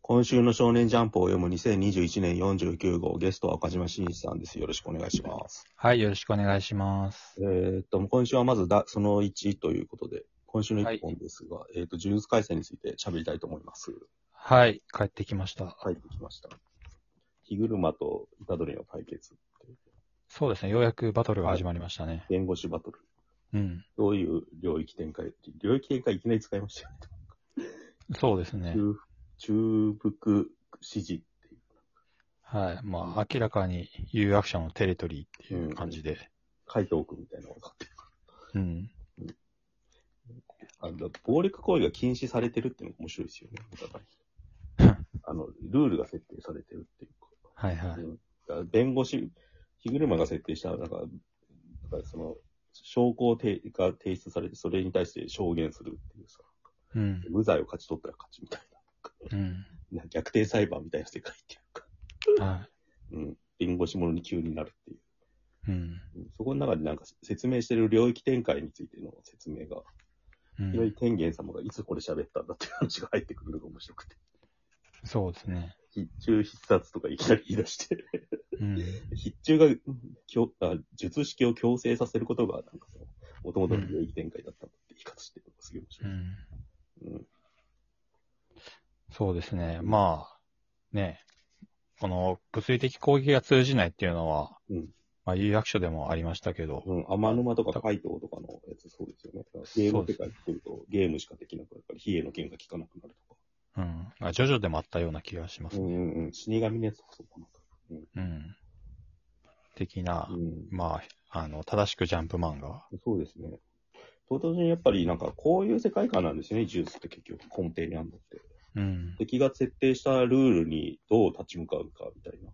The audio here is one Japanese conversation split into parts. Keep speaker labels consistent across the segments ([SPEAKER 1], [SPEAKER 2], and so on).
[SPEAKER 1] 今週の少年ジャンプを読む2021年49号、ゲストは岡島真一さんです。よろしくお願いします。
[SPEAKER 2] はい、よろしくお願いします。
[SPEAKER 1] えーっと、今週はまずだその1ということで、今週の
[SPEAKER 2] は
[SPEAKER 1] 1
[SPEAKER 2] い
[SPEAKER 1] 本ですが、えーっと、呪術改正について喋りたいと思います。
[SPEAKER 2] はい、帰ってきました。
[SPEAKER 1] 帰ってきました。火車と虎杖の対決っていう
[SPEAKER 2] そうですね、ようやくバトルが始まりましたね。
[SPEAKER 1] 弁護士バトル。
[SPEAKER 2] うん。
[SPEAKER 1] どういう領域展開領域展開いきなり使いましたよね。
[SPEAKER 2] そうですね。
[SPEAKER 1] 中、中腹支持っていう。
[SPEAKER 2] はい。まあ、明らかに有役者のテレトリーっていう感じで。
[SPEAKER 1] 海藤君みたいなのが勝ってる
[SPEAKER 2] うん。
[SPEAKER 1] あの、暴力行為が禁止されてるっていうのが面白いですよね、お互い。 あの、ルールが設定されてるっていうか
[SPEAKER 2] はいはい。
[SPEAKER 1] うんだから弁護士、日車が設定した、なんか、なんかその、証拠をてが提出されて、それに対して証言するっていうさ、
[SPEAKER 2] うん。
[SPEAKER 1] 無罪を勝ち取ったら勝ちみたい
[SPEAKER 2] うん。
[SPEAKER 1] な、な逆転裁判みたいな世界っていうか、
[SPEAKER 2] は
[SPEAKER 1] うん、弁護士ものに急になるっていう。
[SPEAKER 2] い。うん。
[SPEAKER 1] うんそこの中でなんか説明してる領域展開についての説明が、い
[SPEAKER 2] う
[SPEAKER 1] わゆ
[SPEAKER 2] ん
[SPEAKER 1] る、天元様がいつこれ喋ったんだっていう話が入ってくるのが面白くて。
[SPEAKER 2] そうですね。
[SPEAKER 1] 必中必殺とかいきなり言い出して、
[SPEAKER 2] うん。
[SPEAKER 1] 必中が強あ術式を強制させることが、なんかその、もともとの領域展開だったって言い方してるのがすげえ面
[SPEAKER 2] う
[SPEAKER 1] 白い。
[SPEAKER 2] ん。
[SPEAKER 1] うん。
[SPEAKER 2] そうですね。まあ、ね、この物理的攻撃が通じないっていうのは、
[SPEAKER 1] うん
[SPEAKER 2] まあ、有役所でもありましたけど、
[SPEAKER 1] うん、天沼とか海東とかのやつそうですよね。だからゲーム世界来てると、ゲームしかできなくなるから、比叡の剣が効かなくなるとか。
[SPEAKER 2] うん。まあ、ジョジョでもあったような気がします
[SPEAKER 1] う
[SPEAKER 2] ね。
[SPEAKER 1] んうんうん。死神のやつもそうかな。
[SPEAKER 2] うん。的な、
[SPEAKER 1] うん。
[SPEAKER 2] まあ、あの、正しくジャンプ漫画。
[SPEAKER 1] そうですね。と同時にやっぱりなんかこういう世界観なんですよね、ジュースって結局根底にあるのって。
[SPEAKER 2] うん。
[SPEAKER 1] 敵が設定したルールにどう立ち向かうかみたいな。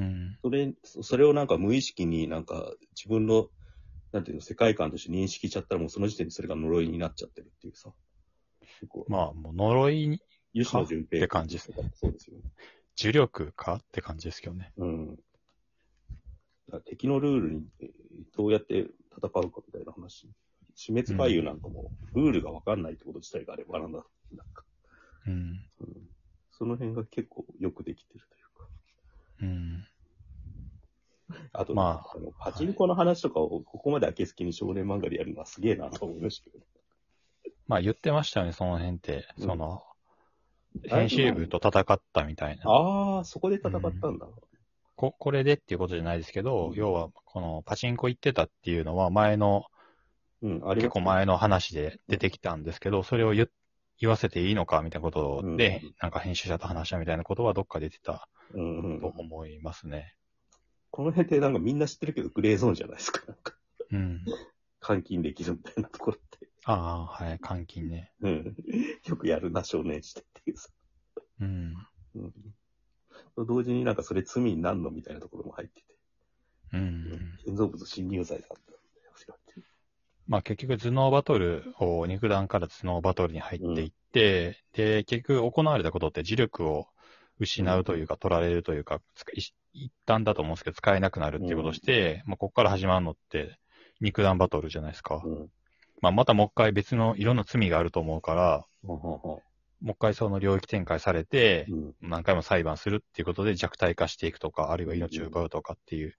[SPEAKER 2] うん。
[SPEAKER 1] それ、そそれをなんか無意識になんか自分の、なんていうの、世界観として認識しちゃったらもうその時点でそれが呪いになっちゃってるっていうさ。結構、
[SPEAKER 2] まあ、もう呪いに、
[SPEAKER 1] 吉野純平
[SPEAKER 2] って感じですね。
[SPEAKER 1] そうですよね。
[SPEAKER 2] 呪力かって感じですけどね。
[SPEAKER 1] うん。だから敵のルールにえーどうやって戦うかみたいな話。死滅回遊なんかも、ルールがわかんないってこと自体があればなんだ。なんか
[SPEAKER 2] うん。
[SPEAKER 1] うんその辺が結構よくできてるという
[SPEAKER 2] うん。
[SPEAKER 1] か。あと、
[SPEAKER 2] ま
[SPEAKER 1] あ、のパチンコの話とかをここまで明けすきに少年漫画でやるのはすげえなと思いましたけど。
[SPEAKER 2] まあ、言ってましたよね、その辺って。
[SPEAKER 1] うん
[SPEAKER 2] その、
[SPEAKER 1] いぶ前
[SPEAKER 2] 編集部と戦ったみたいな。
[SPEAKER 1] ああ、そこで戦ったんだ。
[SPEAKER 2] こ、これでっていうことじゃないですけど、
[SPEAKER 1] うん
[SPEAKER 2] 要は、このパチンコ行ってたっていうのは、前の、
[SPEAKER 1] うん、あれ
[SPEAKER 2] 結構前の話で出てきたんですけど、それを言っ言わせていいのかみたいなことで、
[SPEAKER 1] うん
[SPEAKER 2] なんか編集者と話したみたいなことはどっかで出てた
[SPEAKER 1] うんうん
[SPEAKER 2] と。思いますね。
[SPEAKER 1] この辺ってなんかみんな知ってるけど、グレーゾーンじゃないですか。なんか、
[SPEAKER 2] うん。
[SPEAKER 1] 監禁できるみたいなところって。
[SPEAKER 2] ああ、はい、監禁ね。
[SPEAKER 1] うん。よくやるな、少年してっていうさ。
[SPEAKER 2] うん。
[SPEAKER 1] うん。と同時になんかそれ罪になんのみたいなところも入ってて。
[SPEAKER 2] うん。
[SPEAKER 1] 建造物侵入罪だった。
[SPEAKER 2] まあ結局頭脳バトルを肉弾から頭脳バトルに入っていって、で、結局行われたことって磁力を失うというか、取られるというか、つか一一旦だと思うんですけど、使えなくなるっていうことをして、まあここから始まるのって肉弾バトルじゃないですか。
[SPEAKER 1] うん。
[SPEAKER 2] まあまたもう一回別のいろんな罪があると思うから、
[SPEAKER 1] ほんほんほん
[SPEAKER 2] もう一回その領域展開されて、
[SPEAKER 1] うん。
[SPEAKER 2] 何回も裁判するっていうことで弱体化していくとか、あるいは命を奪うとかっていう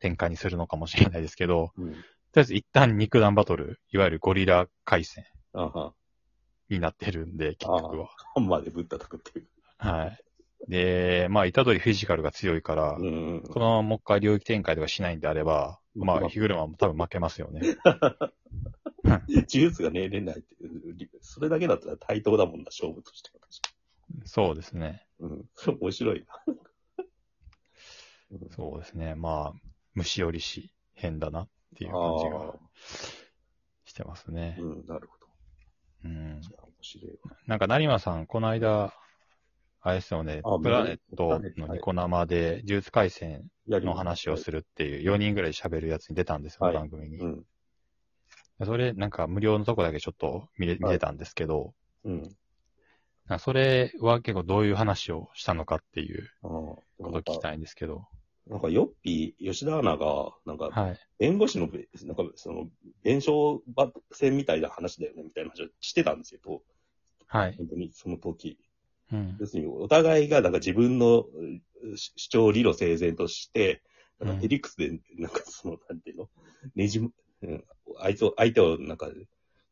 [SPEAKER 2] 展開にするのかもしれないですけど、
[SPEAKER 1] うん。
[SPEAKER 2] とりあえず一旦肉弾バトル、いわゆるゴリラ回戦
[SPEAKER 1] あは。
[SPEAKER 2] になってるんで、結局は。
[SPEAKER 1] ハンマーでぶったたくっていう。
[SPEAKER 2] はい。で、まあ、虎杖フィジカルが強いから、
[SPEAKER 1] うん。
[SPEAKER 2] このままもう一回領域展開とかしないんであれば、ま
[SPEAKER 1] うん
[SPEAKER 2] あ、日車も多分負けますよね。
[SPEAKER 1] ジュースがね、連打入ってる理由それだけだったら対等だもんな、勝負としては確か
[SPEAKER 2] そうですね。
[SPEAKER 1] に。うん。それ面白いな。うん
[SPEAKER 2] そうですね。まあ、虫よりし変だなっていう感じがしてますね
[SPEAKER 1] あー。うん、なるほど。
[SPEAKER 2] うん
[SPEAKER 1] じ。ゃあ面白いわ。
[SPEAKER 2] なんか、成馬さん、この間、あれですよね
[SPEAKER 1] あ、
[SPEAKER 2] プラネット
[SPEAKER 1] プラネットは
[SPEAKER 2] の
[SPEAKER 1] い
[SPEAKER 2] ニコ生で、呪術廻戦
[SPEAKER 1] やりま
[SPEAKER 2] の
[SPEAKER 1] す
[SPEAKER 2] 話をするっていう、4人ぐらいで喋るやつに出たんですよね、
[SPEAKER 1] はい
[SPEAKER 2] 番組に
[SPEAKER 1] う。ん。
[SPEAKER 2] それ、なんか無料のとこだけちょっと見れ見
[SPEAKER 1] はい
[SPEAKER 2] れたんですけど、
[SPEAKER 1] うん。
[SPEAKER 2] なんかそれは結構どういう話をしたのかっていう
[SPEAKER 1] ああ。
[SPEAKER 2] ことを聞き
[SPEAKER 1] い。
[SPEAKER 2] たいんですけど。
[SPEAKER 1] なんか、よっぴー、吉田アナが、なんか、
[SPEAKER 2] はい。
[SPEAKER 1] 弁護士のべ、なんか、その、弁償戦みたいな話だよね、みたいな話をしてたんですよ、と
[SPEAKER 2] はい。
[SPEAKER 1] 本当に、その時。
[SPEAKER 2] うん。
[SPEAKER 1] 要するに、お互いが、なんか自分のうん主張、理路整然として、なん
[SPEAKER 2] うん
[SPEAKER 1] か、ヘリクスで、なんか、その、なんていうの、ねじむ、うん、あいつを、相手を、なんか、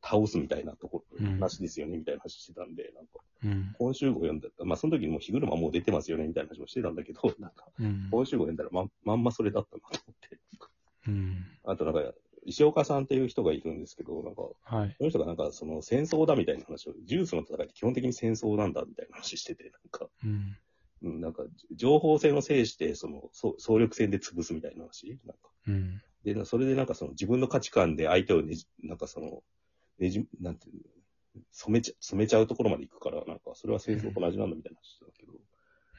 [SPEAKER 1] 倒すみたいなとこ
[SPEAKER 2] う
[SPEAKER 1] ろ、
[SPEAKER 2] ん
[SPEAKER 1] 話ですよね、みたいな話してたんで、なんか、
[SPEAKER 2] うん。
[SPEAKER 1] 今週号読んだ、まあ、その時にもう、日車もう出てますよね、みたいな話もしてたんだけ ど、なんか、
[SPEAKER 2] うん。
[SPEAKER 1] 今週号読んだらまん、まんまそれだったなと思って。
[SPEAKER 2] うん。
[SPEAKER 1] あとなんか、石岡さんっていう人がいるんですけど、なんか、こ
[SPEAKER 2] はい。
[SPEAKER 1] の人がなんか、その戦争だみたいな話を、ジュースの戦いって基本的に戦争なんだみたいな話してて、なんか、
[SPEAKER 2] うん。
[SPEAKER 1] うん、なんか、情報戦を制して、その、そう総力戦で潰すみたいな話なんか。
[SPEAKER 2] うん。
[SPEAKER 1] で、なそれでなんかその自分の価値観で相手をねじ、なんかその、ねじ、なんていうの染めちゃ、染めちゃうところまで行くから、なんか、それは戦争と同じなんだみたいな話してたけど、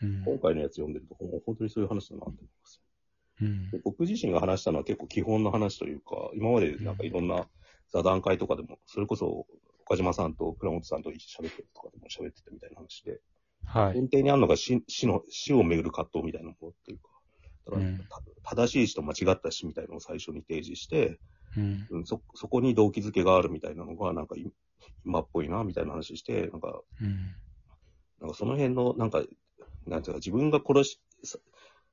[SPEAKER 2] うん。
[SPEAKER 1] 今回のやつ読んでると、ほん本当にそういう話だなと思います。
[SPEAKER 2] うん
[SPEAKER 1] で。僕自身が話したのは結構基本の話というか、今までなんかいろんな座談会とかでも、それこそ岡島さんと倉本さんと一緒に喋ってるとかでも喋ってたみたいな話で、
[SPEAKER 2] はい。
[SPEAKER 1] 根底にあるのが死死の死をめぐる葛藤みたいなものっていうか、だから
[SPEAKER 2] うん
[SPEAKER 1] た正しい死と間違った死みたいなのを最初に提示して、
[SPEAKER 2] うん。
[SPEAKER 1] うん、そそこに動機づけがあるみたいなのが、なんかい今っぽいなみたいな話して、なんか
[SPEAKER 2] うん。
[SPEAKER 1] なんかその辺の、なんか、なんていうか、自分が殺し、さ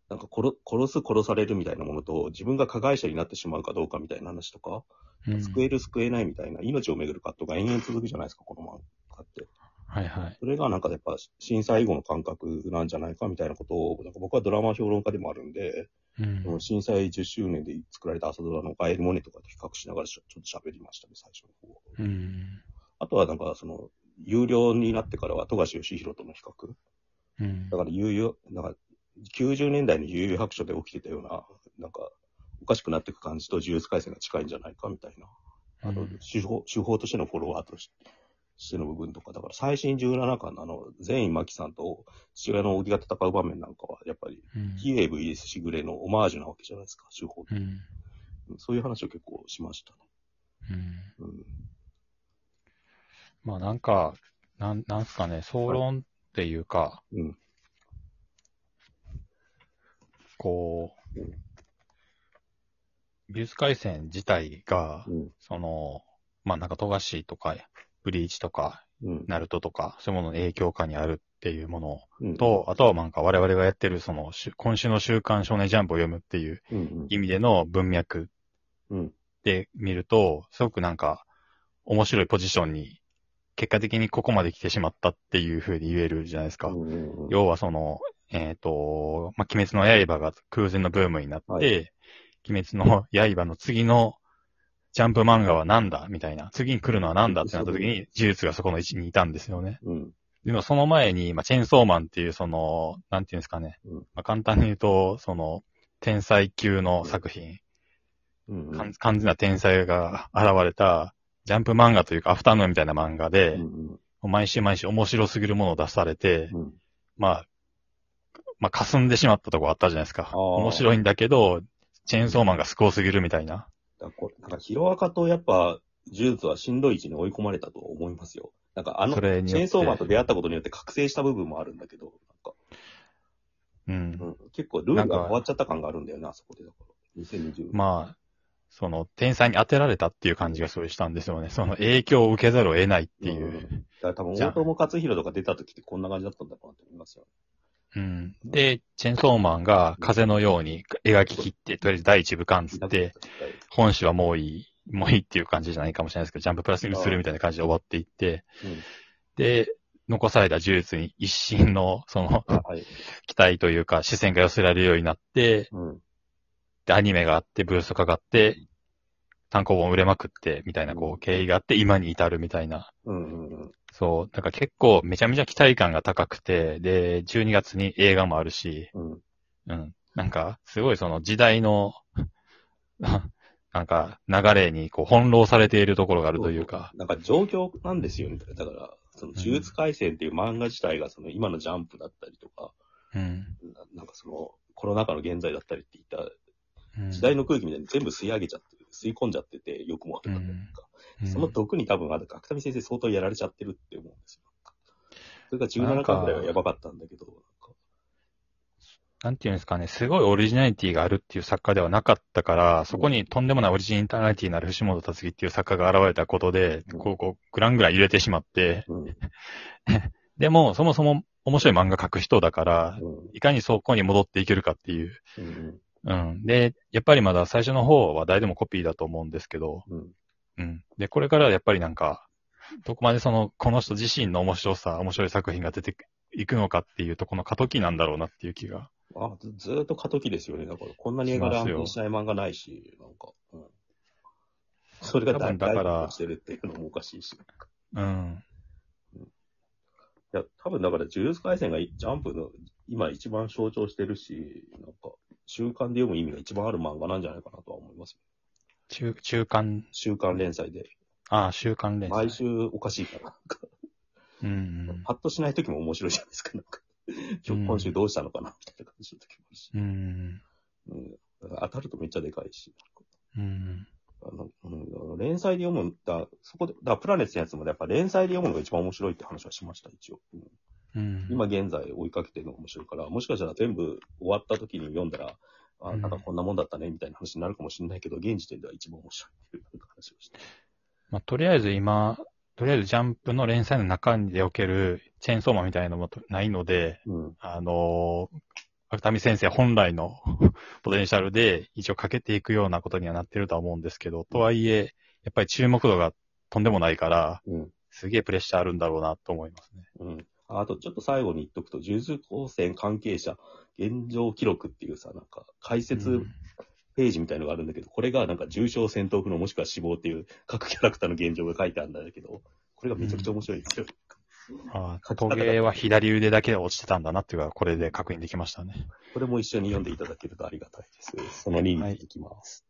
[SPEAKER 1] なんか殺殺す、殺されるみたいなものと、自分が加害者になってしまうかどうかみたいな話とか、
[SPEAKER 2] うん
[SPEAKER 1] 救える、救えないみたいな、命をめぐる葛藤が延々続くじゃないですか、この漫画って。
[SPEAKER 2] はいはい。
[SPEAKER 1] それがなんかやっぱ、震災後の感覚なんじゃないかみたいなことを、なんか僕はドラマ評論家でもあるんで、
[SPEAKER 2] うん
[SPEAKER 1] その震災10周年で作られた朝ドラのガエル・モネとかと比較しながらちょちょっと喋りましたね、最初の方。
[SPEAKER 2] うん。
[SPEAKER 1] あとはなんか、その、有料になってからは、富樫義弘との比較。
[SPEAKER 2] うん
[SPEAKER 1] だ。から、悠々、なんか、90年代の悠々白書で起きてたような、なんか、おかしくなっていく感じとジュース回線が近いんじゃないかみたいな。あと、手法、手法としてのフォロワーとしてしての部分とか、だから最新17巻のあの、善意真紀さんと父親の扇が戦う場面なんかは、やっぱり、
[SPEAKER 2] うん
[SPEAKER 1] 比叡 VS しぐれのオマージュなわけじゃないですか、手法って。
[SPEAKER 2] うん。
[SPEAKER 1] そういう話を結構しましたね。
[SPEAKER 2] う
[SPEAKER 1] う
[SPEAKER 2] ん。
[SPEAKER 1] ん。
[SPEAKER 2] まあなんか、なん、なんすかね、総論っていうか、
[SPEAKER 1] うん
[SPEAKER 2] こう
[SPEAKER 1] うん、
[SPEAKER 2] 美術回線自体が、
[SPEAKER 1] うん。
[SPEAKER 2] その、まあなんか富樫とか、ブリーチとか、
[SPEAKER 1] うん。
[SPEAKER 2] ナルトとか、そういうものの影響下にあるっていうもの
[SPEAKER 1] うん、
[SPEAKER 2] と、あとはなんか我々がやってる、その、週今週の週刊少年ジャンプを読むっていう
[SPEAKER 1] うん、
[SPEAKER 2] 意味での文脈
[SPEAKER 1] うん。
[SPEAKER 2] で見ると、すごくなんか、面白いポジションに、結果的にここまで来てしまったっていう風に言えるじゃないですか。
[SPEAKER 1] うん。うん。
[SPEAKER 2] 要はその、えっ、と、まあ、鬼滅の刃が空前のブームになって、
[SPEAKER 1] は
[SPEAKER 2] 鬼滅の刃の次のジャンプ漫画は何だみたいな。次に来るのは何だってなった時に、呪術がそこの位置にいたんですよね。
[SPEAKER 1] うん。
[SPEAKER 2] でもその前に、まあ、チェーンソーマンっていうその、なんていうんですかね。
[SPEAKER 1] うん
[SPEAKER 2] まあ、簡単に言うと、その、天才級の作品。
[SPEAKER 1] うん。
[SPEAKER 2] 完完全な天才が現れた、ジャンプ漫画というか、アフタヌーンみたいな漫画で、
[SPEAKER 1] うん。
[SPEAKER 2] 毎週毎週面白すぎるものを出されて、
[SPEAKER 1] うん。
[SPEAKER 2] まあ、まあ、霞んでしまったとこあったじゃないですか。
[SPEAKER 1] ー
[SPEAKER 2] 面白いんだけど、チェーンソーマンが凄すぎるみたいな。
[SPEAKER 1] だこなんか、ヒロアカとやっぱ、呪術はしんどい位置に追い込まれたと思いますよ。なんか、あの、
[SPEAKER 2] そ
[SPEAKER 1] チェ
[SPEAKER 2] れによって
[SPEAKER 1] ーンソーマンと出会ったことによって覚醒した部分もあるんだけど、
[SPEAKER 2] うん。
[SPEAKER 1] なんか、うん、結構ルールが変わっちゃった感があるんだよな、あそこで。だから、2020。
[SPEAKER 2] まあ、その、天才に当てられたっていう感じがすごいしたんですよね。その影響を受けざるを得ないってい
[SPEAKER 1] んだ
[SPEAKER 2] う。
[SPEAKER 1] から多分、
[SPEAKER 2] じゃあ
[SPEAKER 1] 大友克洋とか出た時ってこんな感じだったんだろうなと思いますよ。
[SPEAKER 2] うん。で、チェーンソーマンが風のように描き切って、とりあえず第一部完つって、本誌はもういい、もういいっていう感じじゃないかもしれないですけど、ジャンププラスにするみたいな感じで終わっていって、で、残された呪術に一心の、その、
[SPEAKER 1] うん。はい。
[SPEAKER 2] 期待というか、視線が寄せられるようになって、
[SPEAKER 1] うん。
[SPEAKER 2] で、アニメがあって、ブーストかかって、単行本売れまくって、みたいな、こう、経緯があって、今に至るみたいな。
[SPEAKER 1] うん。うん。
[SPEAKER 2] そう、なんか結構、めちゃめちゃ期待感が高くて、で、12月に映画もあるし、
[SPEAKER 1] うん。
[SPEAKER 2] うん。なんか、すごいその時代の、 なんか、流れに、こう、翻弄されているところがあるというか。
[SPEAKER 1] なんか状況なんですよね。だから、その、呪術廻戦っていう漫画自体が、その、今のジャンプだったりとか、
[SPEAKER 2] うん。
[SPEAKER 1] ななんかその、コロナ禍の現在だったりっていった
[SPEAKER 2] うん
[SPEAKER 1] 時代の空気みたいに全部吸い上げちゃってる、吸い込んじゃってて、よくも悪くもというか、その毒に多分、あと、角谷先生相当やられちゃってるって思うんですよ。それが
[SPEAKER 2] なん
[SPEAKER 1] 17
[SPEAKER 2] か
[SPEAKER 1] 巻ぐらいはやばかったんだけど、なんか
[SPEAKER 2] なんていうんですかね、すごいオリジナリティがあるっていう作家ではなかったから、そこにとんでもないオリジナリティのある藤本達樹っていう作家が現れたことで
[SPEAKER 1] う、ん
[SPEAKER 2] こう、こう、グラングラン揺れてしまって、
[SPEAKER 1] うん。
[SPEAKER 2] でも、そもそも面白い漫画描く人だから、
[SPEAKER 1] うん
[SPEAKER 2] いかにそこに戻っていけるかっていう。
[SPEAKER 1] うん。
[SPEAKER 2] うん。で、やっぱりまだ最初の方は誰でもコピーだと思うんですけど、
[SPEAKER 1] うん。
[SPEAKER 2] うん。で、これからはやっぱりなんか、どこまでその、この人自身の面白さ、面白い作品が出ていくのかっていうとこの過渡期なんだろうなっていう気が。
[SPEAKER 1] あ、ずずーっと過渡期ですよね。だから、こんなに映画ランクインしない漫画ないし、なんか、うん。それが
[SPEAKER 2] 多
[SPEAKER 1] 大
[SPEAKER 2] 分だから
[SPEAKER 1] 大ヒットしてるっていうのもおかしいし。い
[SPEAKER 2] うん。
[SPEAKER 1] や、多分だから、呪術廻戦がジャンプの今一番象徴してるし、なんか、週刊で読む意味が一番ある漫画なんじゃないかなとは思います。
[SPEAKER 2] 中、中間、
[SPEAKER 1] 週刊連載で。
[SPEAKER 2] ああ、週刊連
[SPEAKER 1] 毎
[SPEAKER 2] 載。
[SPEAKER 1] 週おかしいから、なんか、
[SPEAKER 2] うんうん。
[SPEAKER 1] パッとしない時も面白いじゃないですか、なんか。今日今週どうしたのかなみたいな感じの時もあるし。
[SPEAKER 2] うん。
[SPEAKER 1] うん。当たるとめっちゃでかいし。
[SPEAKER 2] うん。
[SPEAKER 1] あの、うん、連載で読むんだ、そこで、だからプラネットのやつもやっぱ連載で読むのが一番面白いって話はしました、一応。うん
[SPEAKER 2] うん。
[SPEAKER 1] 今現在追いかけてるのが面白いから、もしかしたら全部終わった時に読んだら、あ、
[SPEAKER 2] うん
[SPEAKER 1] なんかこんなもんだったね、みたいな話になるかもしれないけど、現時点では一番面白いっていう話をして。
[SPEAKER 2] まあ、とりあえず今、とりあえずジャンプの連載の中でおけるチェーンソーマンみたいなのもとないので、
[SPEAKER 1] うん。
[SPEAKER 2] あのー、芥見先生本来の ポテンシャルで一応かけていくようなことにはなってるとは思うんですけど、とはいえ、やっぱり注目度がとんでもないから、
[SPEAKER 1] うん。
[SPEAKER 2] すげえプレッシャーあるんだろうなと思いますね。
[SPEAKER 1] うん。ああと、ちょっと最後に言っとくと、呪術高専関係者、現状記録っていうさ、なんか、解
[SPEAKER 2] う
[SPEAKER 1] 説
[SPEAKER 2] ん
[SPEAKER 1] ページみたいのがあるんだけど、これがなんか重症戦闘不能もしくは死亡っていう各キャラクターの現状が書いてあるんだけど、これがめちゃくちゃ面白いんですよ。
[SPEAKER 2] ああ、トゲは左腕だけで落ちてたんだなっていうのはこれで確認できましたね。
[SPEAKER 1] これも一緒に読んでいただけるとありがたいです。その2に行きます。